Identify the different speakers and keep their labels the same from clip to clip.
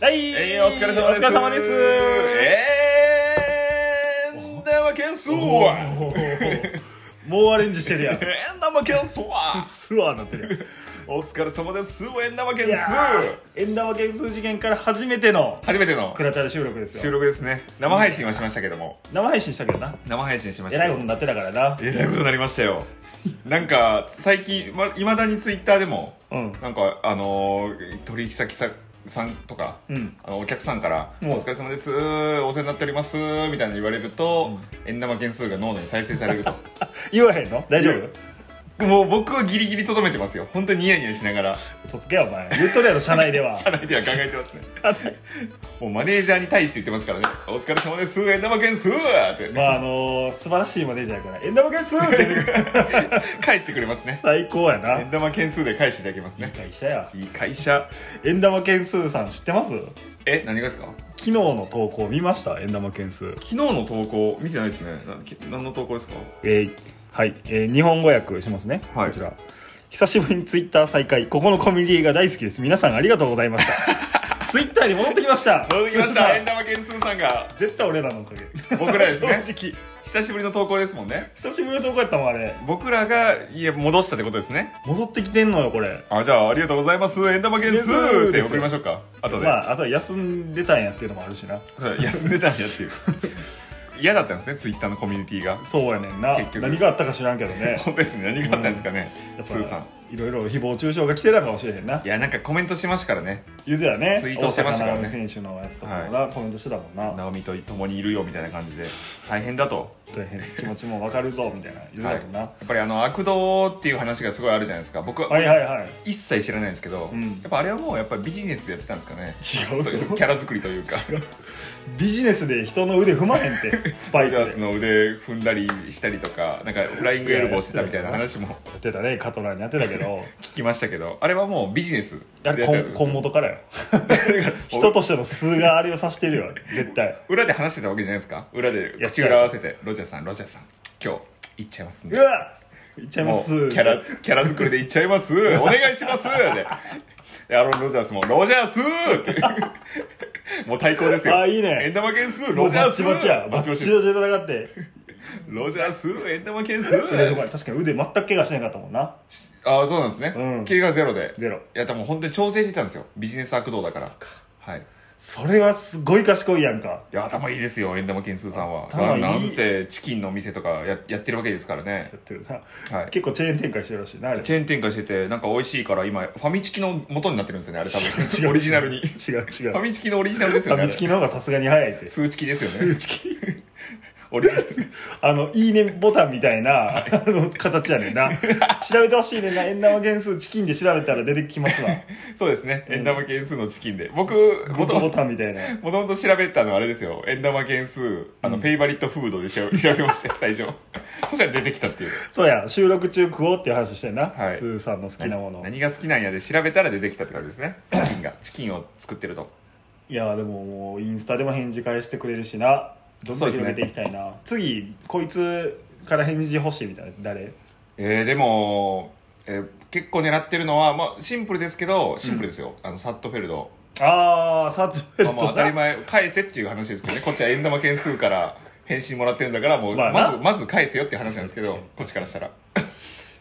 Speaker 1: はい、
Speaker 2: えー、お疲れ様です。
Speaker 1: お疲れ様です。
Speaker 2: えー、んだまけんすわ。
Speaker 1: おー もうアレンジしてるやん。
Speaker 2: えんだまけんすわ。
Speaker 1: スワーなってる
Speaker 2: お疲れ様です。えんだまけ
Speaker 1: やん。
Speaker 2: ん
Speaker 1: い
Speaker 2: す
Speaker 1: や。ー、円玉件数事件から初めての
Speaker 2: 初めての
Speaker 1: クラチャー収録です
Speaker 2: 収
Speaker 1: よ。
Speaker 2: 録ですね。生配信はしましたけども、
Speaker 1: 生配信したけどな。
Speaker 2: 生配信しま
Speaker 1: え
Speaker 2: し
Speaker 1: ら
Speaker 2: た
Speaker 1: いこ
Speaker 2: け
Speaker 1: と
Speaker 2: ど。
Speaker 1: になってたからな。
Speaker 2: えらいことになりましたよ。なんか、最近、ま、いまだにツイッターでも、
Speaker 1: うん。
Speaker 2: なんか、あのー取引先ささんとか、
Speaker 1: うん。
Speaker 2: あのお客さんから「
Speaker 1: うん
Speaker 2: お疲れ様ですお世話になっております」みたいなの言われると、円玉件数が脳内に再生され ると
Speaker 1: 言わへんの大丈
Speaker 2: 言う
Speaker 1: 夫
Speaker 2: もう僕はギリギリとどめてますよ本当にニヤニヤしながら
Speaker 1: 嘘つけよ、お前。言っとるやろ、社内では。
Speaker 2: 社内では考えてますねもうマネージャーに対して言ってますからね「お疲れ様です円玉件数」って、
Speaker 1: まあ、あのー、素晴らしいマネージャーやから、円玉件数って
Speaker 2: 返してくれ ますね
Speaker 1: 最高やな。
Speaker 2: 円玉件数で返していただけます
Speaker 1: いい
Speaker 2: ね
Speaker 1: 会社や。
Speaker 2: いい会社
Speaker 1: 円玉件数さん知ってます昨
Speaker 2: え何がですか昨
Speaker 1: 日の投稿見ました円玉件数。
Speaker 2: 日の投稿見てないですねなき何の投稿ですか
Speaker 1: えーはい、えー日本語訳しますね、
Speaker 2: はい
Speaker 1: こちら久しぶりにツイッター再開ここのコミュニティが大好きです皆さんありがとうございました ツイッターに戻ってきました
Speaker 2: 戻ってきました円玉件数さんが
Speaker 1: 絶対俺らのおかげ
Speaker 2: 僕らですね
Speaker 1: 正直
Speaker 2: 久しぶりの投稿ですもんね
Speaker 1: 久しぶりのとこやったもんあれ
Speaker 2: 僕らが家戻したってことですね
Speaker 1: 戻ってきてんのよこれ
Speaker 2: あじゃあありがとうございます円玉件数っ
Speaker 1: で
Speaker 2: て
Speaker 1: す
Speaker 2: 送りましょうか後で、
Speaker 1: まああとは休んでたんやっていうのもあるしな
Speaker 2: 休んでたんやっていう嫌だったんですねツイッターのコミュニティが
Speaker 1: そうやねんな
Speaker 2: 結局
Speaker 1: 何があったか知らんけど ね
Speaker 2: 本当ですね何があったんですかね、
Speaker 1: やっぱ
Speaker 2: スーさん
Speaker 1: いろいろ誹謗中傷が来てたかもしれへんない
Speaker 2: やなんかコメントしましたからね
Speaker 1: ゆずやね
Speaker 2: ツイートしてましたからね
Speaker 1: 大坂なおみ選手のやつとかもな、コメントしてたもんな
Speaker 2: 直美と共にいるよみたいな感じで大変だと、
Speaker 1: 大変気持ちもわかるぞみたいな言う
Speaker 2: はい
Speaker 1: だろうな、
Speaker 2: やっぱりあの悪童っていう話がすごいあるじゃないですか僕は、
Speaker 1: はい、はいはい
Speaker 2: 一切知らないんですけど、
Speaker 1: うん
Speaker 2: やっぱあれはもうやっぱりビジネスでやってたんです かね
Speaker 1: 違う
Speaker 2: そういうキャラ作りというか
Speaker 1: ビジネスで人の腕踏まへんって スパイ
Speaker 2: ジ
Speaker 1: ク
Speaker 2: ャ
Speaker 1: で
Speaker 2: ースの腕踏んだりしたりとかなんかフライングエルボーしてたみたいな話も
Speaker 1: やってたねカトラーにやってたけど
Speaker 2: 聞きましたけどあれはもうビジネス
Speaker 1: やれ根根元 からよ人としての数があれを指してるよ絶対
Speaker 2: 裏で話してたわけじゃないですか裏で
Speaker 1: や
Speaker 2: 口裏合わせてロジャーさんロジャーさん今日行っちゃいますん
Speaker 1: う
Speaker 2: で
Speaker 1: わいっちゃいま
Speaker 2: も
Speaker 1: す
Speaker 2: うキャラキャラ作りで行っちゃいますお願いしますででアロン・ロジャースも「ロジャース!」ってもう対抗ですよ
Speaker 1: あいいね
Speaker 2: 円玉件数
Speaker 1: も
Speaker 2: ロ
Speaker 1: う
Speaker 2: ジャ
Speaker 1: バ
Speaker 2: ース
Speaker 1: チバチやバ
Speaker 2: バ
Speaker 1: チ
Speaker 2: チ
Speaker 1: バ
Speaker 2: バ
Speaker 1: チ
Speaker 2: チ
Speaker 1: で戦って
Speaker 2: ロジャース円玉件
Speaker 1: 腕踏ま
Speaker 2: 数
Speaker 1: れ確かに腕全く怪我しなかったもんな
Speaker 2: ああそうなんですね、
Speaker 1: うん
Speaker 2: 怪我ゼロで
Speaker 1: ゼロ
Speaker 2: いやでも本当に調整してたんですよビジネス悪道だからはいい
Speaker 1: それはすごい賢いやんか
Speaker 2: や頭いいですよ円玉件数さんは
Speaker 1: 頭いい
Speaker 2: なんせチキンの店とかややってるわけですからね
Speaker 1: やってるな、
Speaker 2: はい
Speaker 1: 結構チェーン展開してるらしいなあれ
Speaker 2: チェーン展開しててなんか美味しいから今ファミチキの元になってるんですよねあれ多
Speaker 1: 違う違
Speaker 2: 分
Speaker 1: う
Speaker 2: オリジナルに
Speaker 1: 違
Speaker 2: フ
Speaker 1: う違う
Speaker 2: ァミチキのオリジナルです
Speaker 1: フ
Speaker 2: よ
Speaker 1: ァ
Speaker 2: ねあ
Speaker 1: ミ
Speaker 2: れ
Speaker 1: チキの方がさすがに早いって
Speaker 2: 数チキですよね
Speaker 1: 数チキ
Speaker 2: オリジナル
Speaker 1: あの、いいねボタンみたいな、あの、形やねんな。調べてほしいねんな。円玉原数チキンで調べたら出てきます わ。
Speaker 2: そうですね円玉件数のチキンで僕
Speaker 1: グッ
Speaker 2: もと
Speaker 1: ドボ
Speaker 2: もと
Speaker 1: タンみたいな。
Speaker 2: もともと調べたのはあれですよ円玉件数あの、フェイバリットフードでしょ調べま したよ最初そしたら出てきたっていう
Speaker 1: そうや、収録中食おうっていう話してんな。
Speaker 2: はい
Speaker 1: スーさんの好きなもの。
Speaker 2: 何が好きなんやで調べたら出てきたって感じで すねチキンがチキンを作ってると
Speaker 1: いや、でももう、インスタでも返事返してくれるしな。どんどん広げていきたいな。次、こいつから返事欲しいみたいな。誰
Speaker 2: えー、でも、えー結構狙ってるのは、まあ、シンプルですけどシンプルですよ、あのサットフェルド
Speaker 1: あー、サトフェル
Speaker 2: まあ、
Speaker 1: ト
Speaker 2: もう当たり前返せっていう話ですけどねこっちは円玉件数から返信もらってるんだからもう
Speaker 1: ま
Speaker 2: ま
Speaker 1: あな
Speaker 2: ずまず返せよっていう話なんですけどこっちからしたら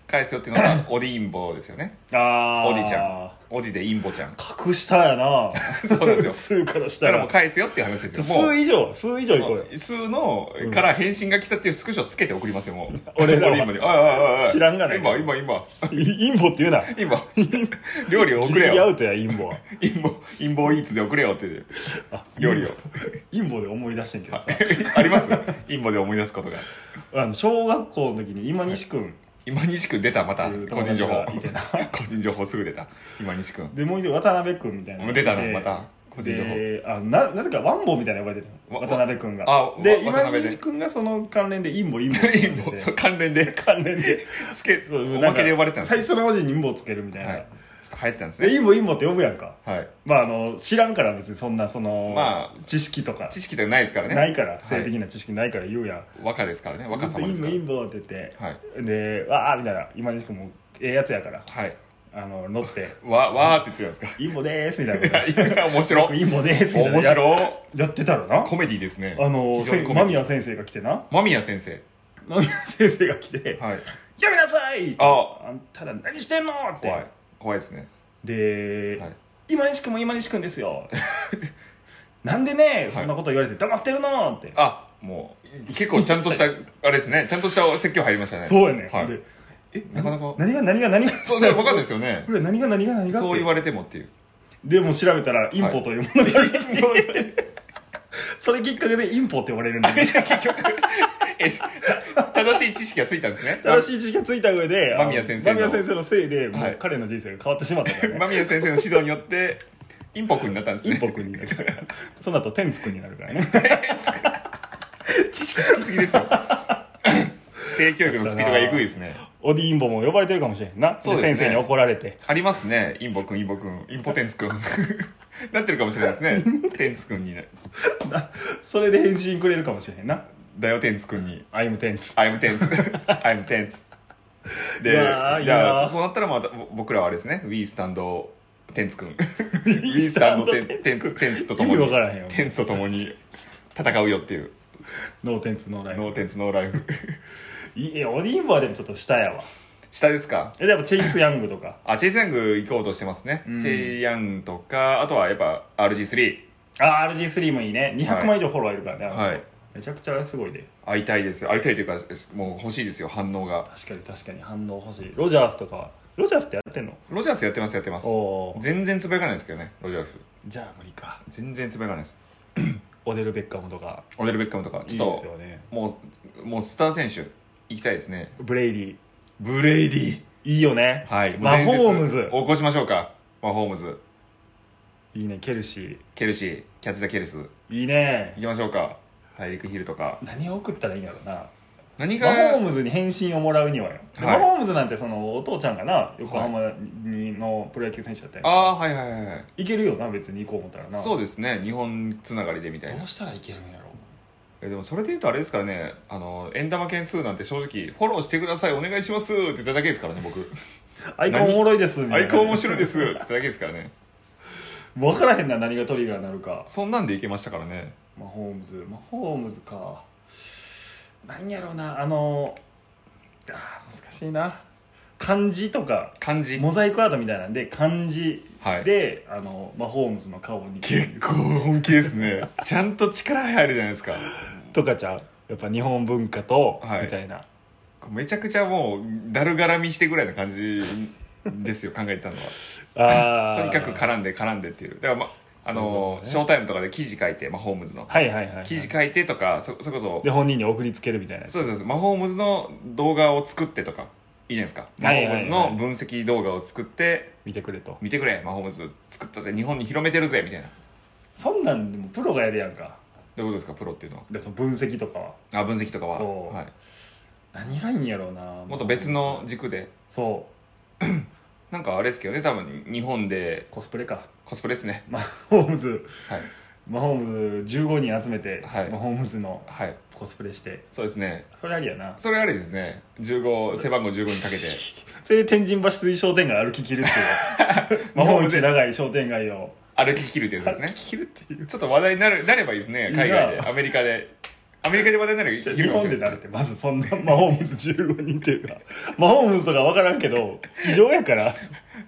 Speaker 2: 返せよっていうのがオディインボですよね
Speaker 1: あー。
Speaker 2: オディちゃんオディでインボち ゃん
Speaker 1: 隠したやな。
Speaker 2: そうなんですよ
Speaker 1: スーからした
Speaker 2: だから
Speaker 1: ら
Speaker 2: もう。返せよっていう話ですよも
Speaker 1: 数以上、数以上いこうよ。
Speaker 2: う数のから返信が来たっていうスクショつけて送りますよもう
Speaker 1: 俺らは
Speaker 2: オディインボにああああ
Speaker 1: 知らんがな
Speaker 2: 今今今
Speaker 1: いインボって言うな。
Speaker 2: 今料理を送
Speaker 1: ギリ
Speaker 2: れ
Speaker 1: ギリア
Speaker 2: よ
Speaker 1: ウトや、インボ は。
Speaker 2: インボインボイーツで送れよって いう
Speaker 1: あ
Speaker 2: 料理を
Speaker 1: 陰謀で思い出してんけどさ
Speaker 2: ありますインボで思い出すことが
Speaker 1: あの小学校の時に今西君
Speaker 2: 今西君出た
Speaker 1: っ
Speaker 2: ま
Speaker 1: て
Speaker 2: た
Speaker 1: いう
Speaker 2: 個
Speaker 1: 友
Speaker 2: 人
Speaker 1: 達
Speaker 2: 情報
Speaker 1: がいてな
Speaker 2: 個人情報すぐ出た今西君
Speaker 1: でもう一人渡辺君みたいなのがいて
Speaker 2: 出たのまた個人情報
Speaker 1: であななぜかワンボみたいなの呼ばれてる
Speaker 2: わ
Speaker 1: 渡辺君が
Speaker 2: あ
Speaker 1: で
Speaker 2: わ渡
Speaker 1: 今
Speaker 2: 辺で
Speaker 1: 西君がその関連で陰謀陰謀って
Speaker 2: イ
Speaker 1: 呼ん
Speaker 2: ン
Speaker 1: で
Speaker 2: ボ
Speaker 1: て
Speaker 2: そう関連で
Speaker 1: 関連で
Speaker 2: つけ
Speaker 1: そうな
Speaker 2: お
Speaker 1: ん
Speaker 2: ま
Speaker 1: か
Speaker 2: けで呼ばれてたんです
Speaker 1: 最初の文字に陰謀つけるみたいな、
Speaker 2: はいちょっと流行ってたんです
Speaker 1: で
Speaker 2: ね
Speaker 1: 陰謀陰謀って呼ぶやんか
Speaker 2: はい
Speaker 1: まああの知らんから別にそんなその、
Speaker 2: まあ
Speaker 1: 知識とか
Speaker 2: 知識とかないですからね
Speaker 1: ないから性
Speaker 2: はい
Speaker 1: 的な知識ないから言うやん、
Speaker 2: 和歌ですからね和歌
Speaker 1: ずっと
Speaker 2: 様で
Speaker 1: 陰
Speaker 2: す
Speaker 1: 謀
Speaker 2: か
Speaker 1: 陰謀って言って、
Speaker 2: らはい
Speaker 1: でわあみたいな今西君もええやつやから
Speaker 2: はい
Speaker 1: あの乗って
Speaker 2: わわーって言ってたん
Speaker 1: 「インボでーす」みたいなこと
Speaker 2: ですかいや面白
Speaker 1: 「インボでーす」みたいな
Speaker 2: 面
Speaker 1: や
Speaker 2: 白
Speaker 1: やってたらな
Speaker 2: コメディですね
Speaker 1: あの
Speaker 2: 非常にコメ
Speaker 1: 間
Speaker 2: ディ
Speaker 1: 宮先生が来てな
Speaker 2: 間宮先生
Speaker 1: 間宮先生が来て
Speaker 2: はい
Speaker 1: 「やめなさい!」
Speaker 2: あ
Speaker 1: あんたら何してんの!」って
Speaker 2: 怖い怖いですね
Speaker 1: で、
Speaker 2: はい
Speaker 1: 今西君も今西君です よなんでねそんなこと言われて黙ってるのって、
Speaker 2: あもう結構ちゃんとしたあれですねちゃんとした説教入りましたね
Speaker 1: そうやねん、
Speaker 2: はい
Speaker 1: でえ
Speaker 2: なかなか
Speaker 1: 何が何が何が
Speaker 2: そうじゃ分かんないですよ ね
Speaker 1: これ何が何が何が
Speaker 2: そう言
Speaker 1: れ
Speaker 2: われてもっていう
Speaker 1: でも調べたらインポというものがありまして、 それきっかけでインポって呼ばれるんだけど
Speaker 2: え正しい知識がついたんですね
Speaker 1: 正しい知識がついた上で
Speaker 2: 間宮先生の
Speaker 1: 間宮先生のせいでも
Speaker 2: は
Speaker 1: う
Speaker 2: い
Speaker 1: 彼の人生が変わってしまった からね、
Speaker 2: 間宮先生の指導によってインポ君になったんです
Speaker 1: イン
Speaker 2: ね
Speaker 1: ポ君になるから その後天津君になるからね
Speaker 2: 知識つきすぎですよ 性教育のスピードがえぐいですね
Speaker 1: オディインボも呼ばれてるかもしれへんな
Speaker 2: そうですね
Speaker 1: 先生に怒られて
Speaker 2: ありますねインポ君インポ君インポテンツ君 なってるかもしれないですねテンツ君にな
Speaker 1: それで返信くれるかもしれへんな
Speaker 2: だよテンツ君に
Speaker 1: アイムテンツ
Speaker 2: アイム テンツアイムテンツで
Speaker 1: うわー
Speaker 2: じゃ
Speaker 1: いい
Speaker 2: あ
Speaker 1: な
Speaker 2: そそうなったらまたぼ僕らはあれですね We Stand テンツ君
Speaker 1: イ
Speaker 2: We Stand テンテンツテンツととも
Speaker 1: 意味
Speaker 2: に
Speaker 1: わからへんよ
Speaker 2: テンツとともに戦うよっていう
Speaker 1: ノーテンツノーライフ
Speaker 2: ノーテンツノーライフ
Speaker 1: いやオディインボはでもちょっと下やわ
Speaker 2: 下ですか
Speaker 1: えでもチェイス・ヤングとか
Speaker 2: あチェイスヤング行こうとしてますね、
Speaker 1: ん
Speaker 2: チェイヤンとかあとはやっぱ RG3
Speaker 1: あー RG3 もいいね200万以上フォロワーいるからね、あの人
Speaker 2: はい
Speaker 1: めちゃくちゃすごいで
Speaker 2: 会いたいです会いたいというかもう欲しいですよ反応が
Speaker 1: 確かに確かに反応欲しいロジャースとかはロジャースってやってんの
Speaker 2: ロジャースやってますやってます
Speaker 1: おー
Speaker 2: 全然つぶやかないですけどねロジャース
Speaker 1: じゃあ無理か
Speaker 2: 全然つぶやかないです
Speaker 1: オデル・ベッカムとか
Speaker 2: オデル・ベッカムとか
Speaker 1: い
Speaker 2: ち
Speaker 1: い
Speaker 2: ょ
Speaker 1: で
Speaker 2: っ
Speaker 1: す
Speaker 2: と
Speaker 1: よね
Speaker 2: もうもうスター選手行きたいですね
Speaker 1: ブレイディ
Speaker 2: ブレイディ
Speaker 1: いいよね、
Speaker 2: はい
Speaker 1: マ
Speaker 2: もう伝説
Speaker 1: ホームズ
Speaker 2: 起こしましょうかマホームズ
Speaker 1: いいねケルシ
Speaker 2: ケルシーキャッチ・ザ・ケルス
Speaker 1: ーいいね
Speaker 2: 行きましょうか大陸ヒルとか
Speaker 1: 何を送ったらいいんやろな
Speaker 2: 何が
Speaker 1: マホームズに返信をもらうにはよ、で
Speaker 2: はい
Speaker 1: マホームズなんてそのお父ちゃんがな横浜にのプロ野球選手だったんや
Speaker 2: ああはいはいはいはい
Speaker 1: いけるよな別に行こう思ったらな
Speaker 2: そうですね日本つながりでみたい
Speaker 1: ど
Speaker 2: な
Speaker 1: うしたらいけるんやろ
Speaker 2: えでもそれで言うとあれですからねあの円玉件数なんて正直フォローしてくださいお願いしますって言っただけですからね僕
Speaker 1: アイコンおもろいですみた
Speaker 2: ア
Speaker 1: いな
Speaker 2: イコン面 白いですって言っただけですからね
Speaker 1: 分からへんな何がトリガーになるか
Speaker 2: そんなんでいけましたからね
Speaker 1: マホームズマホームズか何やろうなあのあー難しいな漢字とか
Speaker 2: 漢字
Speaker 1: モザイクアートみたいなんで漢字
Speaker 2: はい
Speaker 1: で、あのマホームズの顔に
Speaker 2: 結構本気ですねちゃんと力入るじゃないですか
Speaker 1: とかちゃうやっぱ日本文化と、
Speaker 2: はい
Speaker 1: みたいな
Speaker 2: めちゃくちゃもうだるがらみしてぐらいな感じですよ考えてたの
Speaker 1: あ
Speaker 2: はと
Speaker 1: ー
Speaker 2: にかく絡んで絡んでっていうだからまあの、
Speaker 1: そういうことね
Speaker 2: ショータイムとかで記事書いて、まあ、ホームズの
Speaker 1: はいはいはいはい
Speaker 2: 記事書いてとかそそれこそ
Speaker 1: で本人に送りつけるみたいな
Speaker 2: そうですそうですマホームズの動画を作ってとかいいじゃないですかマ
Speaker 1: は
Speaker 2: ホ
Speaker 1: いはい
Speaker 2: ー
Speaker 1: はい
Speaker 2: ムズの分析動画を作って
Speaker 1: 見てくれと
Speaker 2: 見てくれマホームズ作ったぜ日本に広めてるぜみたいなど
Speaker 1: そんなんでもプロがやるやんか
Speaker 2: ういうことですかプロっていうのは
Speaker 1: でその分析とかは
Speaker 2: あ分析とかは
Speaker 1: そう
Speaker 2: はい、
Speaker 1: 何がいいんやろうな
Speaker 2: もっと別の軸で
Speaker 1: そ
Speaker 2: なんかあれですけどね多分日本で
Speaker 1: うコスプレか
Speaker 2: コスプレですね
Speaker 1: マホームズ
Speaker 2: はい、
Speaker 1: マホームズ15人集めて、
Speaker 2: はい
Speaker 1: マホームズの
Speaker 2: はい、
Speaker 1: コスプレして
Speaker 2: そうですね
Speaker 1: それありやな
Speaker 2: それあれですね15背番号15にかけて
Speaker 1: それで天神橋水商店街歩き切るっていう
Speaker 2: マ
Speaker 1: 日
Speaker 2: ホー
Speaker 1: 本
Speaker 2: ムズ
Speaker 1: 一長い商店街を
Speaker 2: 歩き切るってやつです
Speaker 1: 歩
Speaker 2: ね
Speaker 1: き切るっていう
Speaker 2: ちょっと話題になるなればいいですね海外
Speaker 1: いい
Speaker 2: で
Speaker 1: な
Speaker 2: アメリカでアメリカで話題になる
Speaker 1: 日本で誰ってまずそんなマホームズ15人っていうかマホームズとか分からんけど異常やから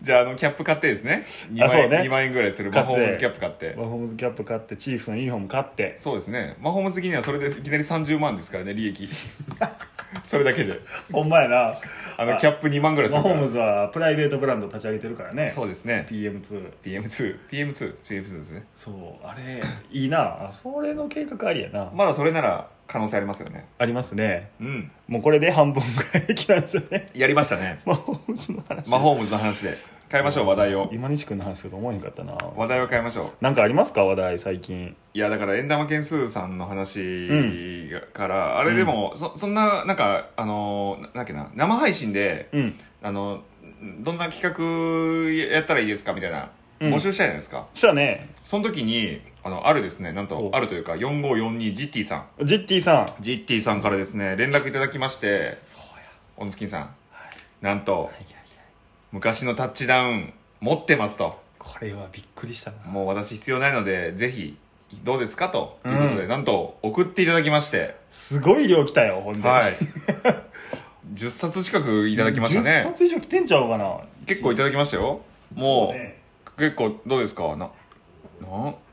Speaker 2: じゃあ、あの、キャップ買ってですね。2万
Speaker 1: あそ
Speaker 2: 円、
Speaker 1: うね
Speaker 2: 2万円ぐらいする
Speaker 1: 買
Speaker 2: マ
Speaker 1: って
Speaker 2: ホームズキャップ買って
Speaker 1: マ。ホームズキャップ買ってチーフスのユニフォーム買って
Speaker 2: そうですね。マホームズ的にはそれでいきなり30万ですからね、利益。それだけで。
Speaker 1: ほんまやな
Speaker 2: あの、キャップ2万ぐらいす
Speaker 1: マ
Speaker 2: るか
Speaker 1: ホー
Speaker 2: ら
Speaker 1: ム。ズはプライベートブランド立ち上げてるからね
Speaker 2: そうですね。
Speaker 1: PM2
Speaker 2: PM2、PM2、PM2 ですね。
Speaker 1: そうあれいいなあそれの計画ありやな、
Speaker 2: まだそれなら可能性ありますよね。
Speaker 1: ありますね
Speaker 2: うん。
Speaker 1: もうこれで半分ぐらい来ましたね
Speaker 2: やりましたね。
Speaker 1: マホームズの話
Speaker 2: マホームズの話で。変えましょう、話題を。
Speaker 1: 今西君の話だと思えへんかったな
Speaker 2: 話題を変えましょう。
Speaker 1: なんかありますか話題最近
Speaker 2: いや、だから、円玉件数さんの話
Speaker 1: う
Speaker 2: がから、あれでも、そ、そんな、なんか、あの、ななんだっけな、生配信で、
Speaker 1: うん
Speaker 2: あのどんな企画やったらいいですかみたいな
Speaker 1: うん
Speaker 2: 募集したじゃないですか、
Speaker 1: じゃあね
Speaker 2: その時にあのあるですねなんと
Speaker 1: お
Speaker 2: あるというか4542ジッティさん
Speaker 1: ジッティさん
Speaker 2: ジッティさんからですね連絡いただきまして
Speaker 1: そうや
Speaker 2: オンスキンさん
Speaker 1: はい
Speaker 2: なんと
Speaker 1: はいはいはい
Speaker 2: 昔のタッチダウン持ってますと。
Speaker 1: これはびっくりしたな
Speaker 2: もう私必要ないので、ぜひ、どうですかということで、
Speaker 1: うん
Speaker 2: なんと送っていただきまして、
Speaker 1: すごい量来たよほんで
Speaker 2: はい。10冊近くいただきました
Speaker 1: 10
Speaker 2: ね。
Speaker 1: 冊以上来てんちゃうかな
Speaker 2: 結構いただきましたよ。
Speaker 1: そう
Speaker 2: も
Speaker 1: ね
Speaker 2: う、結構どうですかな、な、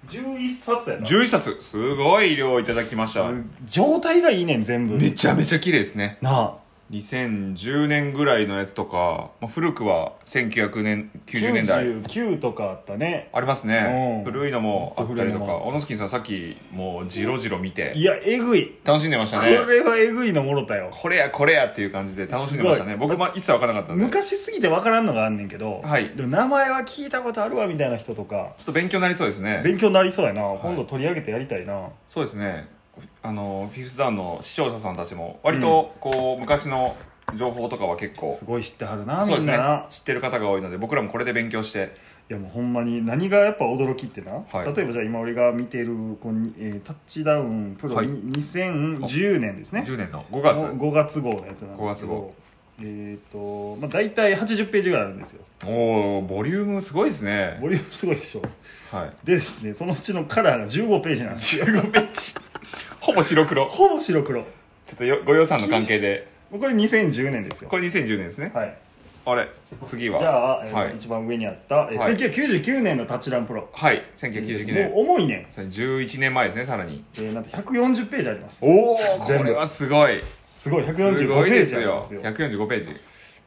Speaker 1: 11冊やな
Speaker 2: 11冊。すごい量いただきました。
Speaker 1: す状態がいいねん全部
Speaker 2: めちゃめちゃ綺麗ですね。
Speaker 1: なあ
Speaker 2: 2010年ぐらいのやつとか、まあ、古くは1990年90年代
Speaker 1: 99とかあったね
Speaker 2: ありますね
Speaker 1: うん
Speaker 2: 古いのもあったりと
Speaker 1: 古いの
Speaker 2: か
Speaker 1: も
Speaker 2: 小野スキンさんさっきもうジロジロ見て
Speaker 1: いやえぐい
Speaker 2: 楽しんでました
Speaker 1: こ
Speaker 2: ね
Speaker 1: れはえぐいのもろたよ
Speaker 2: これやこれやっていう感じで楽しんでましたね
Speaker 1: す
Speaker 2: 僕も一切分からなかったんでちょ
Speaker 1: 昔すぎて分からんのがあんねんけど、
Speaker 2: はい
Speaker 1: でも名前は聞いたことあるわみたいな人とか
Speaker 2: っと勉強になりそうですね
Speaker 1: 勉強になりそうやな、
Speaker 2: い
Speaker 1: 今度取り上げてやりたいな
Speaker 2: そうですねあのフィフスダウンの視聴者さんたちも割とこう昔の情報とかは結構
Speaker 1: すごい知ってはるな
Speaker 2: そう
Speaker 1: み
Speaker 2: で
Speaker 1: んな
Speaker 2: すね
Speaker 1: な、
Speaker 2: 知ってる方が多いので僕らもこれで勉強して
Speaker 1: いやもうほんまに何がやっぱ驚きってな、
Speaker 2: はい
Speaker 1: 例えばじゃあ今俺が見てるこの、えータッチダウンプロ、
Speaker 2: はい
Speaker 1: に2010年ですね
Speaker 2: 10年の5月
Speaker 1: 5月号のやつなんですけ
Speaker 2: 5月号
Speaker 1: どえっ、と、まあ、大体80ページぐらいあるんですよ
Speaker 2: おおボリュームすごいですね
Speaker 1: ボリュームすごいでしょ
Speaker 2: はい
Speaker 1: でですねそのうちのカラーが15ページなんですよ
Speaker 2: 15ページ ほぼ白黒ちょ
Speaker 1: ほぼ白黒
Speaker 2: っとよご予算の関係で
Speaker 1: これ2010年ですよ
Speaker 2: これ2010年ですね、
Speaker 1: はい
Speaker 2: あれ次は
Speaker 1: じゃあ、えー
Speaker 2: はい
Speaker 1: 一番上にあった、えー
Speaker 2: はい
Speaker 1: 1999年のタッチランプロ
Speaker 2: はい1999年
Speaker 1: もう重いね、
Speaker 2: それ11年前ですねさらに
Speaker 1: えーなんと140ページあります
Speaker 2: おおこ
Speaker 1: 全部
Speaker 2: れはすごい
Speaker 1: すごい
Speaker 2: すご
Speaker 1: 145ペー
Speaker 2: いです
Speaker 1: ジあり
Speaker 2: よ
Speaker 1: ますよ
Speaker 2: 145ページ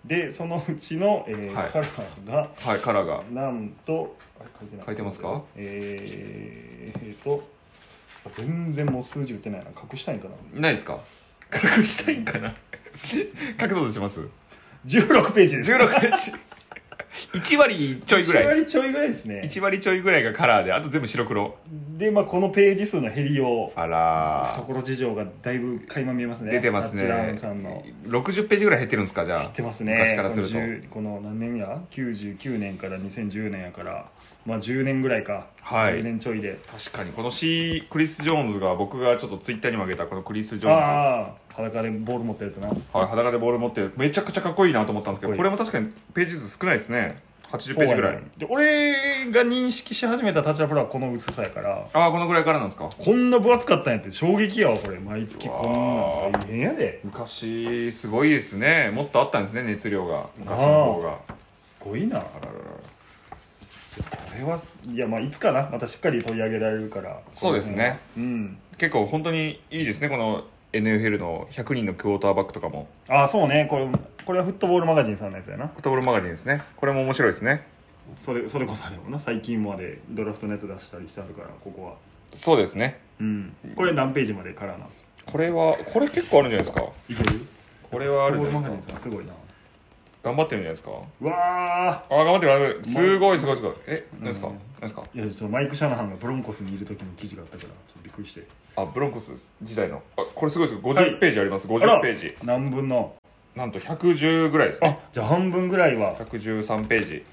Speaker 1: でそのうちの、えー
Speaker 2: はい
Speaker 1: カラーが
Speaker 2: はいカラーが
Speaker 1: なんとあれ書いてない
Speaker 2: 書いてますか
Speaker 1: えー、えーとあ全然もう数字打ってないな隠したいんかな
Speaker 2: ないですか隠したいんかな隠そうとします
Speaker 1: 16ページです
Speaker 2: 16ページ1割ちょいぐ
Speaker 1: 1
Speaker 2: らい
Speaker 1: 割ちょいぐらいですね
Speaker 2: 1割ちょいぐらいがカラーであと全部白黒
Speaker 1: で、まあ、このページ数の減りを
Speaker 2: あらー
Speaker 1: 懐事情がだいぶ垣間見えますね
Speaker 2: 出てます
Speaker 1: タッチラウ
Speaker 2: ね
Speaker 1: ンさんの
Speaker 2: 60ページぐらい減ってるんですかじゃあ減
Speaker 1: 出てますね
Speaker 2: 昔からすると
Speaker 1: この10この何年や99年から2010年やからまあ10年ぐらいか、
Speaker 2: はい
Speaker 1: 10年ちょいで
Speaker 2: 確かにこのシークリス・ジョーンズが僕がちょっとツイッターにも上げたこのクリス・ジョーンズは
Speaker 1: ああ裸でボール持ってるやつない
Speaker 2: 裸でボール持ってるめちゃくちゃかっこいいなと思ったんですけど
Speaker 1: かっ
Speaker 2: こ
Speaker 1: こ
Speaker 2: れも確かにページ数少ないですね80ページぐらい、
Speaker 1: で俺が認識し始めたタッチラプロはこの薄さやから
Speaker 2: ああこのぐらいからなんですか
Speaker 1: こんな分厚かったんやって衝撃やわこれ毎月こんなん大変やで
Speaker 2: 昔すごいですねもっとあったんですね熱量が昔の方が
Speaker 1: すごいなこ
Speaker 2: あららら
Speaker 1: れはすいやまあいつかなまたしっかり取り上げられるから
Speaker 2: そうですね
Speaker 1: うん
Speaker 2: 結構本当にいいですねこの NFL の100人のクォーターバックとかも
Speaker 1: ああそうねこれこれはフットボールマガジンさんのやつやな
Speaker 2: フットボールマガジンですねこれも面白いですね
Speaker 1: それそれこそあれもな最近までドラフトのやつ出したりしたからここは
Speaker 2: そうですね
Speaker 1: うんこれ何ページまでからな
Speaker 2: これはこれ結構あるんじゃないですか
Speaker 1: いける
Speaker 2: これはあるんじゃない
Speaker 1: マガジ
Speaker 2: で
Speaker 1: ンさ
Speaker 2: すか
Speaker 1: んすごいな
Speaker 2: 頑張ってるんじゃないですか
Speaker 1: うわ
Speaker 2: あ、頑張ってる、頑張ってる。すごい、すごい、すごい。え、何ですか
Speaker 1: うん
Speaker 2: 何ですか
Speaker 1: ーいやそのマイク・シャナハンがブロンコスにいる時の記事があったからちょっとびっくりして
Speaker 2: あ、ブロンコス時代の。あ、これすごいですよ。
Speaker 1: はい
Speaker 2: 50ページあります。
Speaker 1: あら
Speaker 2: 50ページ。
Speaker 1: 何分の
Speaker 2: なんと110ぐらいです
Speaker 1: あ
Speaker 2: ね。
Speaker 1: じゃあ半分ぐらいは
Speaker 2: 113ページ。
Speaker 1: い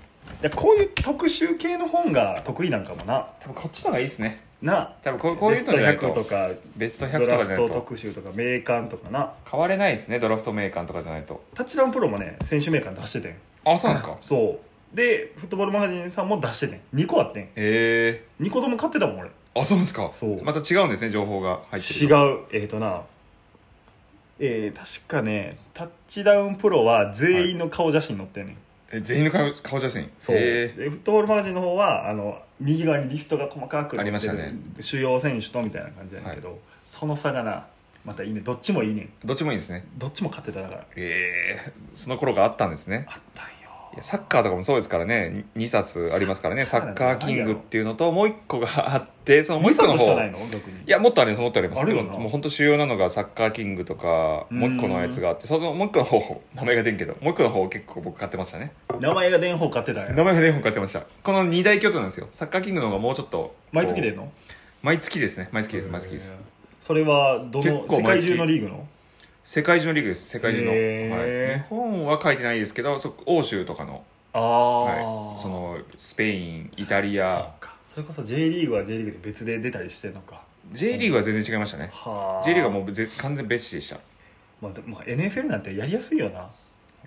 Speaker 1: やこういう特集系の本が得意なんかもな
Speaker 2: 多分こっちの方がいいですね。
Speaker 1: な
Speaker 2: 多分こうこういうのじゃない
Speaker 1: ベスト100
Speaker 2: と
Speaker 1: と。か
Speaker 2: ベスト100
Speaker 1: ド
Speaker 2: と
Speaker 1: ラ
Speaker 2: かじ
Speaker 1: フ
Speaker 2: ゃな
Speaker 1: ト
Speaker 2: いと。
Speaker 1: 特集とか名鑑とかな
Speaker 2: 変われないですね、ドラフトメーカーとかじゃないと。
Speaker 1: タッチラウンプロもね選手名鑑出しててん
Speaker 2: あ、そうなんですか
Speaker 1: そうでフットボールマガジンさんも出しててん2個あってん
Speaker 2: へ
Speaker 1: 2個とも買ってたもん俺
Speaker 2: え。あ、そうなんですか
Speaker 1: そう
Speaker 2: また違うんですね、情報が入って
Speaker 1: 違
Speaker 2: る。う。
Speaker 1: うえっ、ー、となえー、確かねタッチダウンプロは全員の顔写真載ってんねん、
Speaker 2: え、全員の顔顔写真。
Speaker 1: そうで
Speaker 2: へえ。
Speaker 1: フットボールマガジンの方はあの右側にリストが細かく載ってる
Speaker 2: ありましたね
Speaker 1: 主要選手とみたいな感じなんだけど、その差がなまたいいねどっちもいいねん
Speaker 2: どっちもいいですね。
Speaker 1: どっちも勝ってただから
Speaker 2: ええ。その頃があったんですね。
Speaker 1: あったんよ
Speaker 2: いやサッカーとかもそうですからね2冊ありますからね
Speaker 1: サ
Speaker 2: サッ
Speaker 1: ッ
Speaker 2: カ
Speaker 1: カー
Speaker 2: ーキングっていうのともう1個があってそのもう1個の
Speaker 1: 二冊し
Speaker 2: 方
Speaker 1: かないの逆に
Speaker 2: いやもっとありますもっとあります
Speaker 1: あるよな
Speaker 2: でももう本当主要なのがサッカーキングとかもう1個のやつがあってそのもう1個の方名前が出んけどもう1個の方結構僕買ってましたね
Speaker 1: 名前が電報買ってたん
Speaker 2: 名
Speaker 1: や
Speaker 2: 前が0本買ってましたこの2大巨頭なんですよサッカーキングの方がもうちょっと
Speaker 1: 毎月出ん
Speaker 2: こ
Speaker 1: の
Speaker 2: う毎月ですね毎月です毎月です
Speaker 1: それはど
Speaker 2: 結
Speaker 1: の
Speaker 2: 構
Speaker 1: 世
Speaker 2: 毎
Speaker 1: 界
Speaker 2: 月
Speaker 1: 中のリーグの
Speaker 2: 世界中のリーグです世界中の、
Speaker 1: へー
Speaker 2: はい、日本は書いてないですけどそ欧州とかの,、
Speaker 1: あ
Speaker 2: はい
Speaker 1: あ、、
Speaker 2: そのスペインイタリ
Speaker 1: そ
Speaker 2: ア
Speaker 1: っかそれこそ J リーグは J リーグで別で出たりしてるのか
Speaker 2: J リーグは全然違いましたね
Speaker 1: はあ
Speaker 2: J リーグはもうぜ完全別視でした
Speaker 1: まあでもまあ、NFL なんてやりやすいよな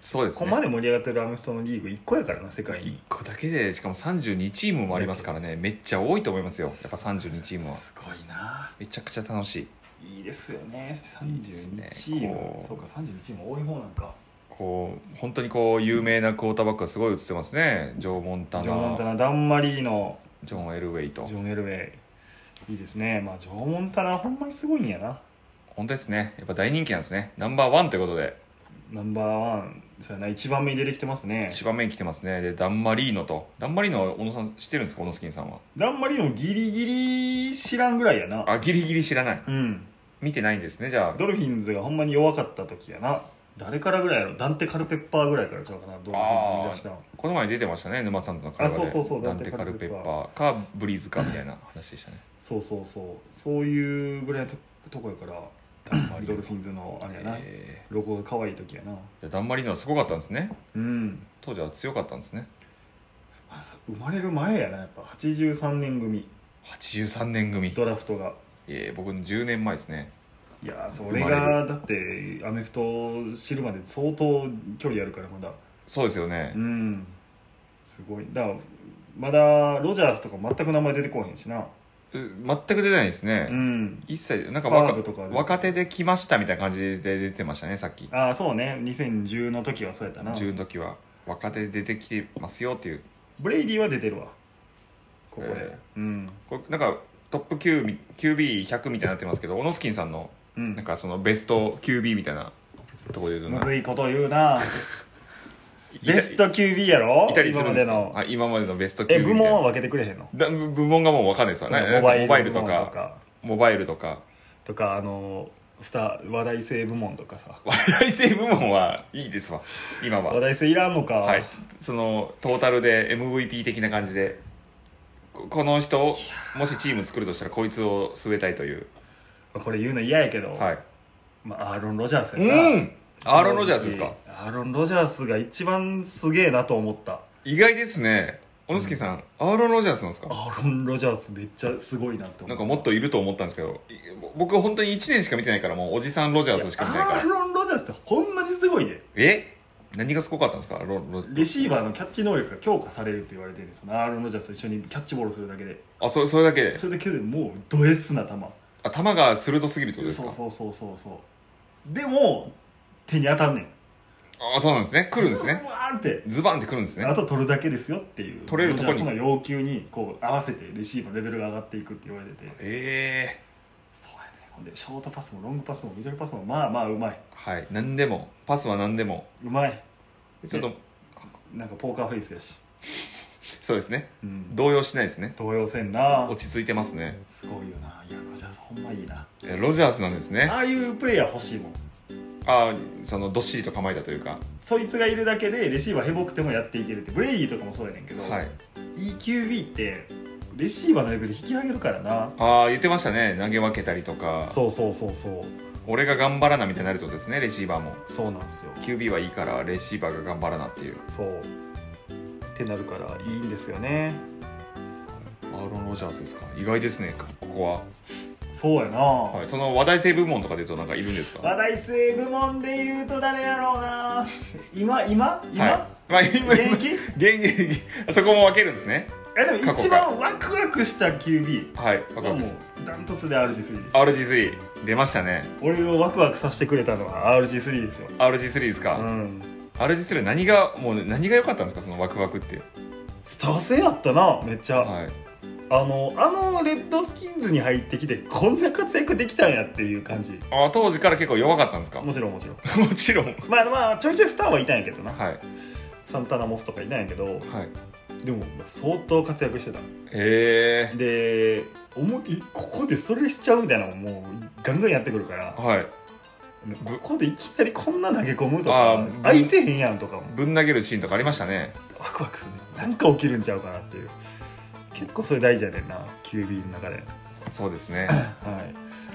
Speaker 2: そうです
Speaker 1: ここ
Speaker 2: ね
Speaker 1: まで盛り上がってるアメフトのリーグ1個やからな世界
Speaker 2: 1
Speaker 1: に
Speaker 2: 個だけでしかも32チームもありますからねめっちゃ多いと思いますよやっぱ32チームは
Speaker 1: すごいな
Speaker 2: めちゃくちゃ楽しい
Speaker 1: いいですよね
Speaker 2: いです
Speaker 1: 32
Speaker 2: ね
Speaker 1: チーム
Speaker 2: こう
Speaker 1: そうか32チーム多い方なんか
Speaker 2: こう本当にこう有名なクォーターバックがすごい映ってますねジョー・モンタナ
Speaker 1: ジョン・モンタナダン・マリーノ
Speaker 2: ジョン・エルウェイと
Speaker 1: ジョン・エルウェイいいですねまあジョー・モンタナほんまにすごいんやな
Speaker 2: 本当ですねやっぱ大人気なんですねナンバーワンということで
Speaker 1: ナンバーワンそうやな1番目に出てきてますね
Speaker 2: 一番目に来てますねでダンマリーノとダンマリーノは小野さん知ってるんですか小野スキンさんは
Speaker 1: ダン・マリーノギリギリ知らんぐらいやな
Speaker 2: あギリギリ知らない
Speaker 1: うん
Speaker 2: 見てないんですねじゃあ
Speaker 1: ドルフィンズがほんまに弱かった時やな誰からぐらいやろダンテ・カルペッパーぐらいからちゃうかなドルフィンズに出したの
Speaker 2: この前出てましたね沼さんとの会話で
Speaker 1: あそうそうそう
Speaker 2: ダンテ・カルペッパーかブリーズかみたいな話でしたね
Speaker 1: そうそうそうそういうぐらいのととこやから
Speaker 2: ダンマリ
Speaker 1: ド
Speaker 2: ー
Speaker 1: ル
Speaker 2: ノ
Speaker 1: フィンズのあれやな、
Speaker 2: え
Speaker 1: ロゴが可愛い時やな
Speaker 2: ーじゃあダンマリーノはすごかったんですね
Speaker 1: うん、
Speaker 2: 当時は強かったんですね
Speaker 1: まあさ生まれる前やなやっぱ83年組
Speaker 2: 83年組
Speaker 1: ドラフトが
Speaker 2: えー、僕の10年前ですね
Speaker 1: いやーそ
Speaker 2: 生
Speaker 1: れ
Speaker 2: まれ
Speaker 1: がだってアメフトを知るまで相当距離あるからまだ
Speaker 2: そうですよね
Speaker 1: うんすごいだからまだロジャースとか全く名前出てこうへんしな
Speaker 2: う全く出ないですね、
Speaker 1: うん
Speaker 2: 一切なんか
Speaker 1: ファー
Speaker 2: 若
Speaker 1: ブとかで
Speaker 2: 若手で来ましたみたいな感じで出てましたねさっき
Speaker 1: ああそうね2010の時はそうやったな
Speaker 2: 10の時は若手で出てきてますよっていう
Speaker 1: ブレイディは出てるわここで、
Speaker 2: え
Speaker 1: うん
Speaker 2: これなんかトップ 9B100 みたいになってますけどオノスキンさんの
Speaker 1: うん
Speaker 2: なんかそのベスト QB みたいなところで言う
Speaker 1: む
Speaker 2: とな
Speaker 1: ずいこと言うな
Speaker 2: いた
Speaker 1: ベスト QB やろ
Speaker 2: いたりするんです
Speaker 1: 今までの
Speaker 2: かあ今までのベスト QB
Speaker 1: え
Speaker 2: みた
Speaker 1: 部
Speaker 2: いな
Speaker 1: 門は分けてくれへんの
Speaker 2: だ部門がもう分かんないですよ
Speaker 1: その
Speaker 2: ねモバイルと
Speaker 1: 部門
Speaker 2: かモバイルとか
Speaker 1: とかあのスター話題性部門とかさ
Speaker 2: 話題性部門はいいですわ今
Speaker 1: 話
Speaker 2: は
Speaker 1: 題性いらんのか、
Speaker 2: はいそのトータルで MVP 的な感じでここの人をもしチーム作るとしたらこいつを据えたいという
Speaker 1: これ言うの嫌やけど、
Speaker 2: はい
Speaker 1: まあ、アーロン・ロジャースやな、
Speaker 2: うんアーロン・ロジャースですか
Speaker 1: 正直アーロン・ロジャースが一番すげえなと思った
Speaker 2: 意外ですね小野月さん、アーロン・ロジャースなんです
Speaker 1: ア
Speaker 2: か
Speaker 1: ーロン・ロジャースめっちゃすごいなと思
Speaker 2: なんかもっといると思ったんですけどい僕本当に1年しか見てないからもうおじさんロジャースしか見てないか
Speaker 1: ア
Speaker 2: ら
Speaker 1: ーロン・ロジャースってほんまにすごいで
Speaker 2: え何がすごかったんですかロロ
Speaker 1: レシーバーのキャッチ能力が強化されるって言われてるんですよアーロン・ロジャースと一緒にキャッチボールするだけで
Speaker 2: あそれそれだけで
Speaker 1: それだけでもうド S な球
Speaker 2: あ球が鋭すぎるってことです
Speaker 1: そ
Speaker 2: か
Speaker 1: うそうそうそうそうでも手に当たんねん
Speaker 2: あそうなんですね来るんですね
Speaker 1: ズワーンって
Speaker 2: ズバンって来るんですね
Speaker 1: あと取るだけですよっていう
Speaker 2: 取れるとこに
Speaker 1: その要求にこう合わせてレシーブのレベルが上がっていくって言われてて
Speaker 2: ええ
Speaker 1: そうやねほんでショートパスもロングパスもミドルパスもまあまあうまい
Speaker 2: はい何でもパスは何でも
Speaker 1: うまい
Speaker 2: ちょっと
Speaker 1: ねなんかポーカーフェイスやし、
Speaker 2: そうですね
Speaker 1: うん、
Speaker 2: 動揺しないですね
Speaker 1: 動揺せんな
Speaker 2: 落ち着いてますね
Speaker 1: すごいよないやロジャースほんまいいな
Speaker 2: えロジャースなんですね
Speaker 1: ああいうプレイヤー欲しいもん
Speaker 2: あそのどっしりと構えたというか
Speaker 1: そいつがいるだけでレシーバーへぼくてもやっていけるってブレイディとかもそうやねんけど、
Speaker 2: はい
Speaker 1: EQB ってレシーバーのレベル引き上げるからな
Speaker 2: ああ言ってましたね投げ分けたりとか
Speaker 1: そうそうそうそう
Speaker 2: 俺が頑張らなみたいになるってことですねレシーバーも
Speaker 1: そうなんですよ
Speaker 2: QB はいいからレシーバーが頑張らなっていう
Speaker 1: そうってなるからいいんですよね
Speaker 2: アーロン・ロジャースですか意外ですねここは、
Speaker 1: そうやな、
Speaker 2: はい、その話題性部門とかでいうとなんかいるんですか
Speaker 1: 話題性部門で言うと誰やろうな今今今、
Speaker 2: はいまあ、今
Speaker 1: 現
Speaker 2: 今
Speaker 1: 役
Speaker 2: 現役そこも分けるんですね
Speaker 1: えでも
Speaker 2: 過去
Speaker 1: 一
Speaker 2: か
Speaker 1: 番ワクワクした QB
Speaker 2: はい分か
Speaker 1: は
Speaker 2: る
Speaker 1: もうダントツで RG3 です
Speaker 2: RG3 出ましたね
Speaker 1: 俺をワクワクさせてくれたのは RG3 ですよ
Speaker 2: RG3 ですか、
Speaker 1: うん、
Speaker 2: RG3 何がもう何が良かったんですかそのワクワクって
Speaker 1: スター性やったなめっちゃ、
Speaker 2: はい
Speaker 1: あのあのレッドスキンズに入ってきてこんな活躍できたんやっていう感じ
Speaker 2: あ当時から結構弱かったんで すかも
Speaker 1: もちろんもちろん
Speaker 2: ちろん
Speaker 1: まあまあちょいちょいスターはいたんやけどな
Speaker 2: はい
Speaker 1: サンタナモスとかいたんやけど
Speaker 2: はい
Speaker 1: でも相当活躍してた
Speaker 2: へえ
Speaker 1: で思いここでそれしちゃうみたいなのももうガンガンやってくるからこ
Speaker 2: はい
Speaker 1: こでいきなりこんな投げ込むと
Speaker 2: あ
Speaker 1: か
Speaker 2: ー
Speaker 1: 空いてへんやんとかも
Speaker 2: ぶん投げるシーンとかありましたね
Speaker 1: ワクワクするねなんか起きるんちゃうかなっていう結構それ大事やねんな QB の中で、
Speaker 2: そうで すね
Speaker 1: はい、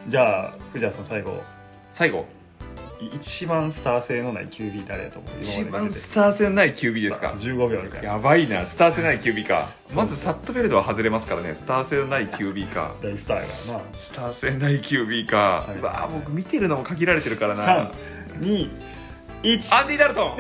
Speaker 1: じゃあ藤原さん最後
Speaker 2: 最後
Speaker 1: い一番スター性のない QB 誰やと思う
Speaker 2: 一
Speaker 1: 今まで
Speaker 2: 番
Speaker 1: 出て
Speaker 2: スター性のない QB です か
Speaker 1: 15秒あるから
Speaker 2: やばいなスター性ない QB かまずサットベルトは外れますからねスター性のない QB か
Speaker 1: 大スターやからな
Speaker 2: スター性ない QB か、
Speaker 1: はいう
Speaker 2: わあ僕見てるのも限られてるからな
Speaker 1: 321 1
Speaker 2: アンディ・ダルトン